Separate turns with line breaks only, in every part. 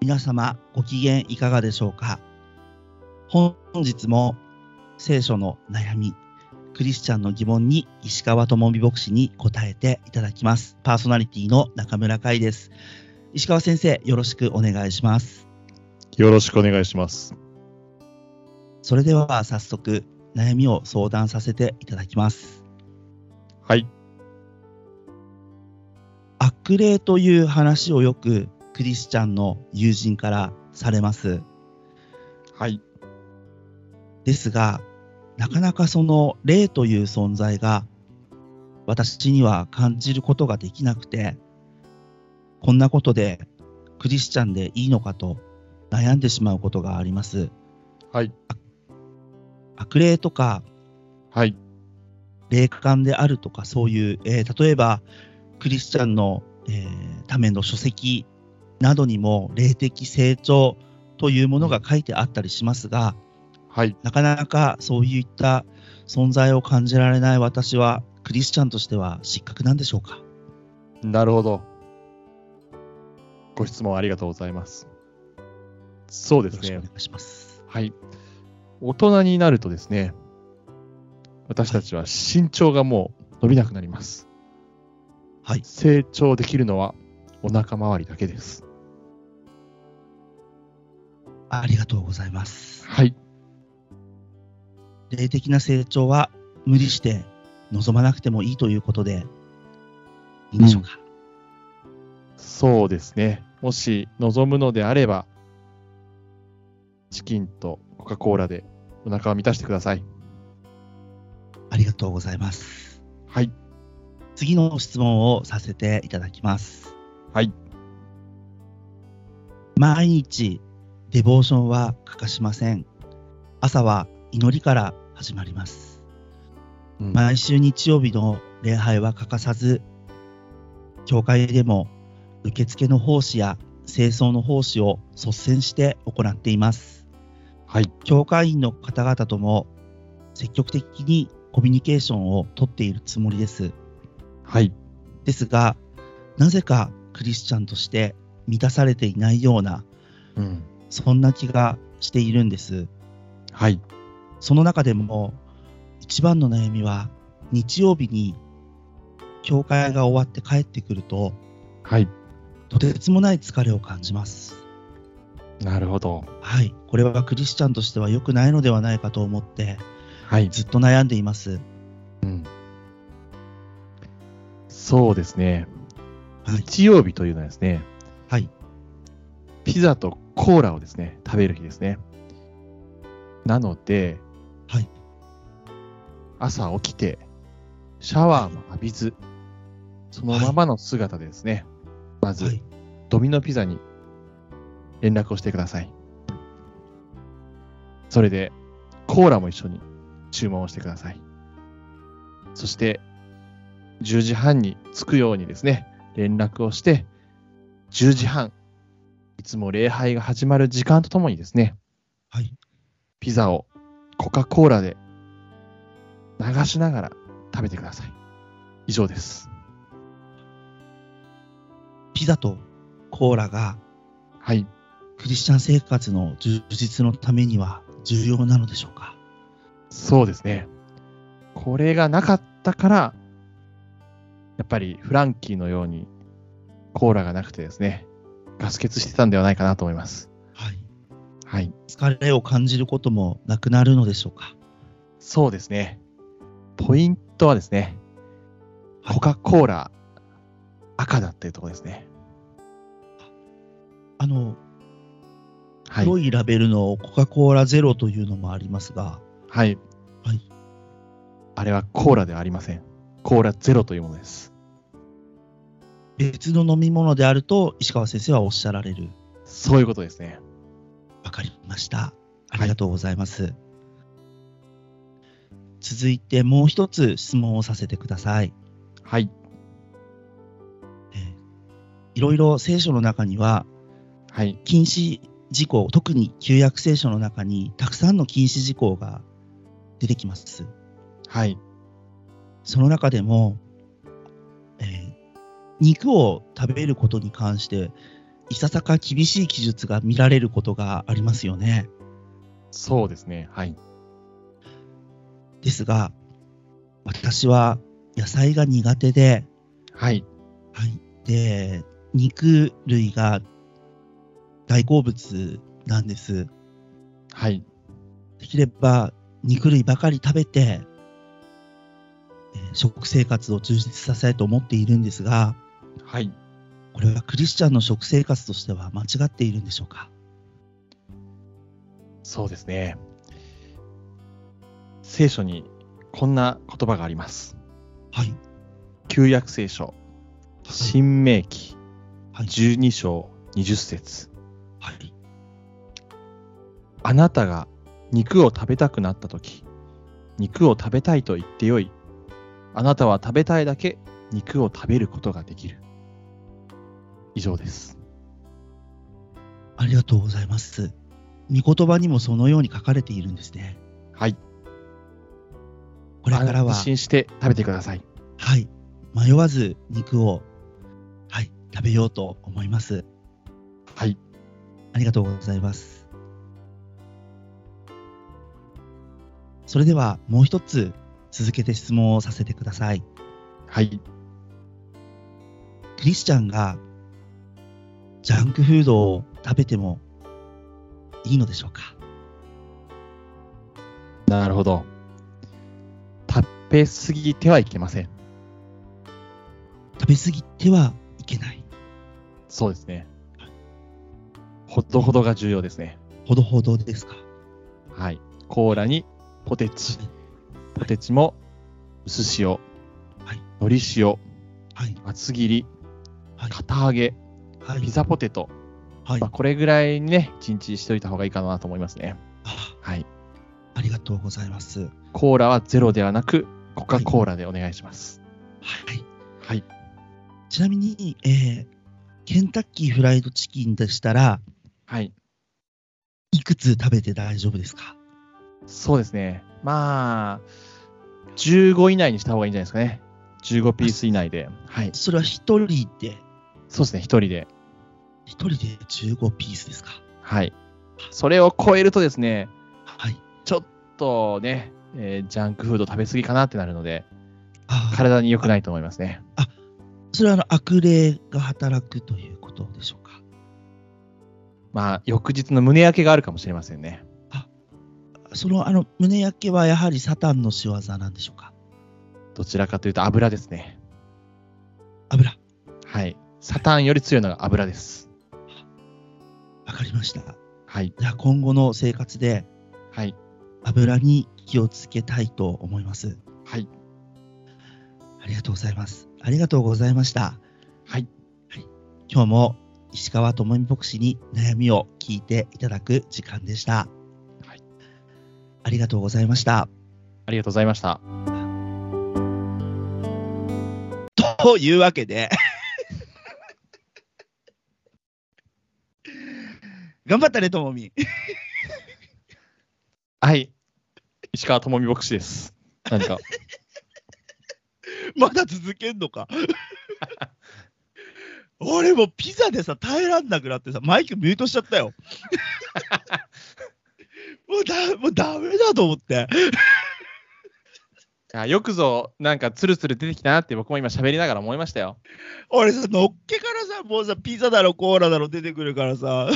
皆様ご機嫌いかがでしょうか本日も聖書の悩み、クリスチャンの疑問に石川智美牧師に答えていただきます。パーソナリティの中村海です。石川先生、よろしくお願いします。
よろしくお願いします。
それでは早速、悩みを相談させていただきます。
はい。
悪霊という話をよくクリスチャンの友人からされます。
はい。
ですが、なかなかその霊という存在が私には感じることができなくて、こんなことでクリスチャンでいいのかと悩んでしまうことがあります。
はい。
悪霊とか、
はい。
霊感であるとか、そういう、えー、例えば、クリスチャンの、えー、ための書籍などにも、霊的成長というものが書いてあったりしますが、
はい。
なかなかそういった存在を感じられない私は、クリスチャンとしては失格なんでしょうか。
なるほど。ご質問ありがとうございます。そうですね。
お願いします。
はい。大人になるとですね、私たちは身長がもう伸びなくなります。
はい。
成長できるのはお腹周りだけです。
ありがとうございます。
はい。
霊的な成長は無理して望まなくてもいいということで、いいんでしょうか、
うん、そうですね。もし望むのであれば、チキンとコカ・コーラでお腹を満たしてください。
ありがとうございます。
はい。
次の質問をさせていただきます。
はい。
毎日、デボーションは欠かしません。朝は祈りから始まります。うん、毎週日曜日の礼拝は欠かさず、教会でも受付の奉仕や清掃の奉仕を率先して行っています。
はい。
教会員の方々とも積極的にコミュニケーションをとっているつもりです。
はい。
ですが、なぜかクリスチャンとして満たされていないような、
うん、
そんな気がしているんです。
はい。
その中でも、一番の悩みは、日曜日に教会が終わって帰ってくると、
はい。
とてつもない疲れを感じます。
なるほど。
はい。これはクリスチャンとしては良くないのではないかと思って、
はい。
ずっと悩んでいます。
うん。そうですね。はい、日曜日というのはですね、
はい。
ピザとコーラをですね、食べる日ですね。なので、
はい。
朝起きて、シャワーも浴びず、そのままの姿でですね、はい、まず、はいドミノピザに連絡をしてください。それで、コーラも一緒に注文をしてください。そして、10時半に着くようにですね、連絡をして、10時半、いつも礼拝が始まる時間とともにですね、
はい。
ピザをコカ・コーラで流しながら食べてください。以上です。
ピザとコーラが、
はい。
クリスチャン生活の充実のためには重要なのでしょうか
そうですね。これがなかったから、やっぱりフランキーのようにコーラがなくてですね、ガス欠してたんではないかなと思います。
はい。
はい。
疲れを感じることもなくなるのでしょうか
そうですね。ポイントはですね、コカ・コーラ、赤だっていうところですね。
あの、黒いラベルのコカ・コーラゼロというのもありますが、
はい。
はい。
あれはコーラではありません。コーラゼロというものです。
別の飲み物であると、石川先生はおっしゃられる。
そういうことですね。
わかりました。ありがとうございます。はい、続いて、もう一つ質問をさせてください。
はい。
えー、いろいろ聖書の中には、
はい、
禁止事項、特に旧約聖書の中にたくさんの禁止事項が出てきます。
はい。
その中でも、えー、肉を食べることに関して、いささか厳しい記述が見られることがありますよね。
そうですね。はい。
ですが、私は野菜が苦手で、
はい。
はい。で、肉類が大好物なんです。
はい。
できれば肉類ばかり食べて、えー食生活を充実させたいと思っているんですが、
はい。
これはクリスチャンの食生活としては間違っているんでしょうか
そうですね。聖書にこんな言葉があります。
はい。
旧約聖書、新明記
はい。
12章20節
はい。
あなたが肉を食べたくなった時、肉を食べたいと言ってよい。あなたは食べたいだけ肉を食べることができる。以上です。
ありがとうございます。御言葉にもそのように書かれているんですね。
はい。
これからは
安、心して食べてください。
はい。迷わず肉を、はい、食べようと思います。
はい。
ありがとうございます。それではもう一つ続けて質問をさせてください。
はい。
クリスチャンがジャンクフードを食べてもいいのでしょうか
なるほど。食べ過ぎてはいけません。
食べ過ぎてはいけない。
そうですね。ほどほどが重要ですね。
ほどほどですか
はい。コーラにポテチ。ポテチも薄塩、
はい
海苔塩、
はい。
厚切り、
はい。
片揚げ、
はい。
ピザポテト。
はい
まあ、。これぐらいにね、一日しといた方がいいかなと思いますね。
あ
はい。
ありがとうございます。は
コーラはゼロではなく、コカ・コーラでお願いします。
い。
はい。
ちなみに、えー、ケンタッキーフライドチキンでしたら、
はい。
いくつ食べて大丈夫ですか
そうですね。まあ、15以内にした方がいいんじゃないですかね。15ピース以内で。はい。
それは一人で、
そうですね、一人で。
一人で15ピースですか
はい。それを超えるとですね、
はい。
ちょっとね、えージャンクフード食べ過ぎかなってなるので、
あー
体に良くないと思いますね。
それはあの悪霊が働くということでしょうか
まあ、翌日の胸焼けがあるかもしれませんね。
そのあの胸焼けはやはりサタンの仕業なんでしょうか
どちらかというと油ですね。
油、わ
はい。サタンより強いのが油です。
かりました。
はい。
じゃあ今後の生活で
はい。
油に気をつけたいと思います。
はい。
ありがとうございます。ありがとうございました。
はい。
今日も石川智美牧師に悩みを聞いていただく時間でした。
はい
ありがとうございました。
ありがとうございました。
というわけ で、頑張ったね、ともみ。
はい。石川智美牧師です。何 か。
まだ続けんのか。俺もうピザでさ、耐えらんなくなってさ、マイクミュートしちゃったよ。もうだ、もうダメだと思って。
あよくぞ、なんかツルツル出てきたなって僕も今喋りながら思いましたよ。
俺さ、のっけからさ、もうさ、ピザだろ、コーラだろ出てくるからさ、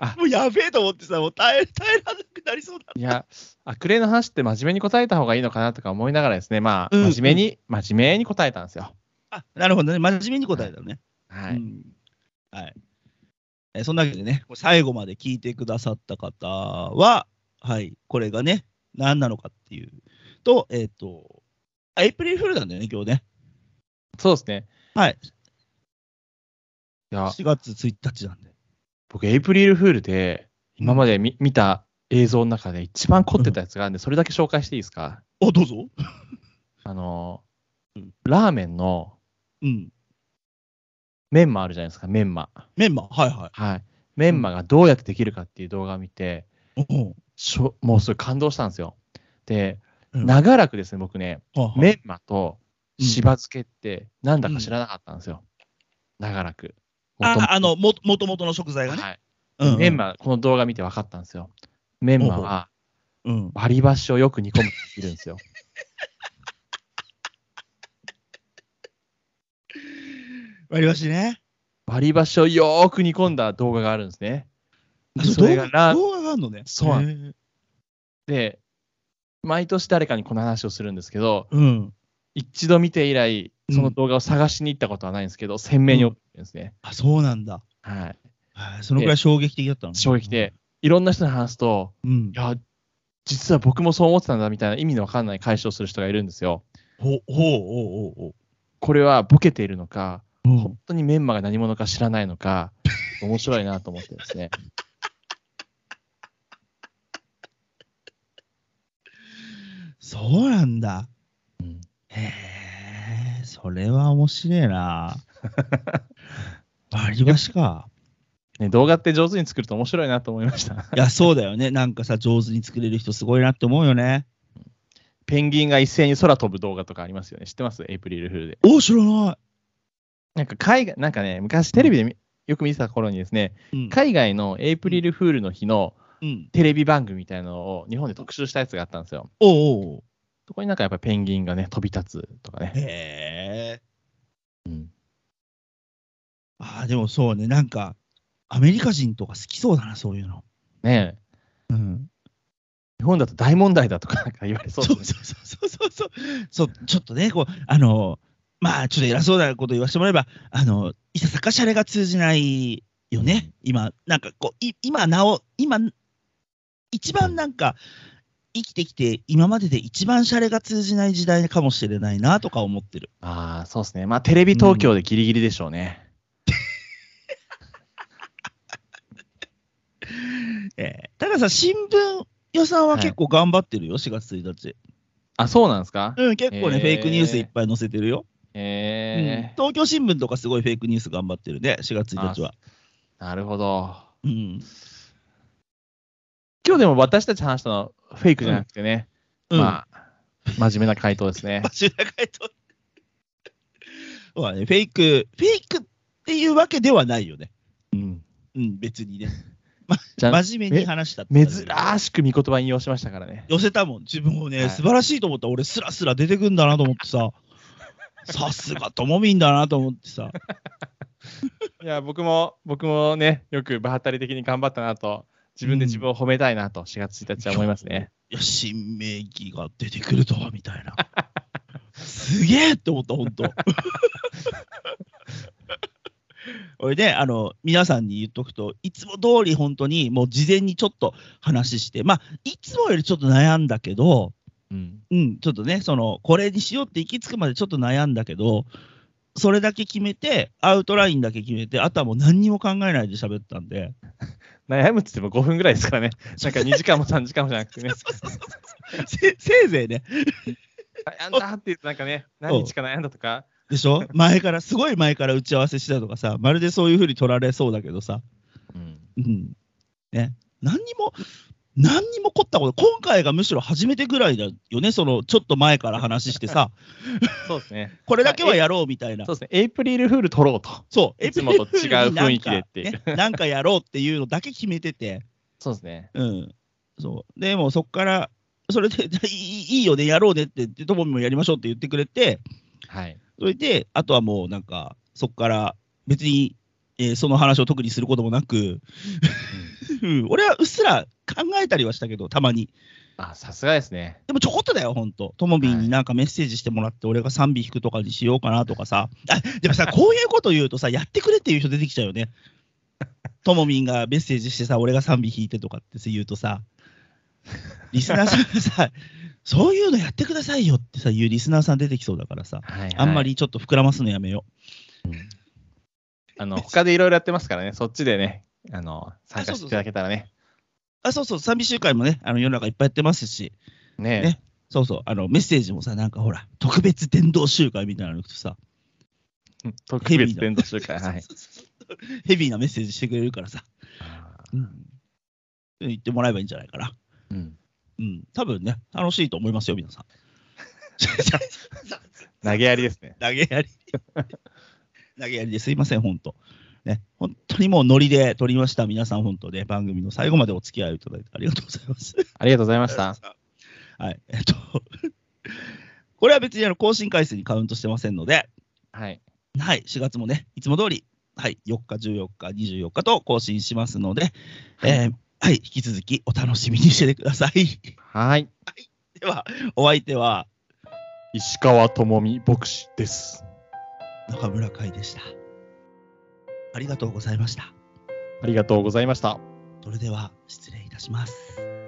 あ
もうやべえと思ってさ、もう耐え耐えらんなくなりそうだ。
いや、悪霊の話って真面目に答えた方がいいのかなとか思いながらですね、まあ、
うんうん
真面目に、真面目に答えたんですよ。
あ、なるほどね。真面目に答えたのね。
はい。
うんはい。えーそんなわけでね、これ最後まで聞いてくださった方は、はい、これがね、何なのかっていうと、えっ、と、エイプリルフールなんだよね、今日ね。
そうですね。
はい。
いや、
4月1日なんで。
僕、エイプリルフールで、今まで見見た映像の中で一番凝ってたやつがあるんで、それだけ紹介していいですか
お、どうぞ。
あの、ラーメンの
うん。
メンマあるじゃないですか、メンマ。
メンマ、はいは
はい。メンマがどうやってできるかっていう動画を見て、
い。お
しょもうすごい感動したんですよ。で、
うん
長らくですね、僕ね、
お
メンマと
うん
しば漬けってなんだか知らなかったんですよ。長らく。
あ、あの、も、もともとの食材がね。
はい。
うんうん。
メンマ、この動画見て分かったんですよ。メンマは
うん。
割り箸をよく煮込むっているんで すよ。
割り箸ね。
割り箸をよーく煮込んだ動画があるんですね。
あ
でそれがな
動画動画があるのね。
そうなの
へー
で、毎年誰かにこの話をするんですけど、
うん。
一度見て以来、
うん
その動画を探しに行ったことはないんですけど、鮮明に覚えてるんですね。
あ、そうなんだ。
はい。
へーそのくらい衝撃的だったのね
衝撃で。、いろんな人に話すと、
うん
い。や、実は僕もそう思ってたんだみたいな意味のわかんない解消をする人がいるんですよ。
ほ、ほう、ほう、ほう、
これはボケているのか、
ほう。うん
本当にメンマが何者か知らないのか、面白いなと思ってですね。
そうなんだ。
うん
へえ、それは面白い な。割り箸か。
ね、動画って上手に作ると面白いなと思いました。
いや、そうだよね。なんかさ、上手に作れる人すごいなって思うよね。
ペンギンが一斉に空飛ぶ動画とかありますよね。知ってますエイプリルフールで。
お、知らな
なんか海外、なんかね、昔テレビでみよく見てた頃にですね、
い。うん。
海外のエイプリルフールの日の
うん。
テレビ番組みたいなのを日本で特集したやつがあったんですよ。
おうおうおう。
そこになんかやっぱペンギンがね、飛び立つとかね。
へえ。
うん
ああ、でもそうね。なんか、アメリカ人とか好きそうだな、そういうの。
ね
う
え
ん。
日本だと大問題だとか なんか言われそう
そ
で
う
す
そうそうそうそうそう。そう、ちょっとね、こう、あの、まあ、ちょっと偉そうなこと言わせてもらえば、あの、いささかシャレが通じないよね、今、なんかこう、い今なお、今、一番なんか、生きてきて、今までで一番シャレが通じない時代かもしれないなとか思ってる。
ああ、そうですね。まあテレビ東京でギリギリでしょうね。
ええだからさ、新聞屋さんは
はい
結構頑張ってるよ、4月1日。
あ、そうなんですか
うん、結構ね、
えー
フェイクニュースいっぱい載せてるよ、うん
ええ
東京新聞とかすごいフェイクニュース頑張ってるね、4月1日は。
なるほど。
うん。
今日でも私たち話したのはフェイクじゃなくてね、
うん
まあ、真面目な回答です ね。
真面目な回答。まあね、フェイク、フェイクっていうわけではないよね。
うん、
うん、別にね。
じゃあ
真面目に話したって
珍
感じ
しく見言葉引用しましたからね。
寄せたもん。自分もね、
はい
素晴らしいと思った。俺、スラスラ出てくんだなと思ってさ。さすがともみんだなと思ってさ。
いや、僕も、僕もね、よく場当たり的に頑張ったなと、自分で自分を褒めたいなと、4月1日は思いますね。
いや、新名義が出てくるとは、みたいな。すげえって思った、ほ んと。俺ね、あの、皆さんに言っとくと、いつも通り本当に、もう事前にちょっと話して、まあ、いつもよりちょっと悩んだけど、
うん、
うん、ちょっとね、その、これにしようって行き着くまでちょっと悩んだけど、それだけ決めて、アウトラインだけ決めて、あとはもう何にも考えないで喋ったんで、
悩むっつっても5分ぐらいですからね。なんか2時間も3時間もじゃなくてね。
せせいぜいね、
悩んだって言うとなんかね、何日か悩んだとか、
でしょ前から、すごい前から打ち合わせしたとかさ、まるでそういうふうに取られそうだけどさ、
うん、
うん。ね。何にも、何にも凝ったこと、今回がむしろ初めてぐらいだよね、その、ちょっと前から話してさ、
そうですね。
これだけはやろうみたいな
そ。うですね。エイプリルフール取ろうと。
そう、
いつもと違う雰囲気で
エ
っ
プ
てい
リル
う
に なんかねなんかやろうっていうのだけ決めてて、
そうですね。
うん。そう。でもうそっから、それで、 いいいいよね、やろうねって、でともみもやりましょうって言ってくれて、
はい。
それで、あとはもうなんか、そこから別に、えーその話を特にすることもな く、うん俺はうっすら考えたりはしたけど、たまに。
あ、さすがですね。
でもちょこっとだよ、ほんと。ともびん
はい
になんかメッセージしてもらって、俺が賛美弾くとかにしようかなとかさ。あで もさ、こういうこと言うとさ、やってくれっていう人出てきちゃうよね。ともみんがメッセージしてさ、俺が賛美弾いてとかって言うとさ、リスナーさんが さ、そういうのやってくださいよってさ、言うリスナーさん出てきそうだからさ、
はい、
あんま。りちょっと膨らますのやめよう。
あの、他でいろいろやってますからね、そっちでね、あの、参加していただけたらね。
あ、そうそう、賛美集会もね、あの世の中いっぱいやってますし、
ね
ねそうそう、あのメッセージもさ、なんかほら、特別伝道集会みたいなの行くとさ、
うん特別伝道集会。
そう
はい。
そうそうヘビーなメッセージしてくれるからさ、うん、言ってもらえばいいんじゃないかな。
うん
うん、多分ね、楽しいと思いますよ、皆さん。
投げやりですね。
投げやり。投げやりですいません、ほんと。ね、本当にもうノリで撮りました。皆さん本当で、番組の最後までお付き合いいただいてありがとうございます。
ありがとうございました。
はい。えっと、これは別にあの更新回数にカウントしてませんので、
はい。
はい、4月もね、いつも通り、はい、4日、14日、24日と更新しますので、えーはい、引き続きお楽しみにしててください。
はい。
では、お相手は
石川智美牧師です。
中村会でした。ありがとうございました。
ありがとうございました。
それでは、失礼いたします。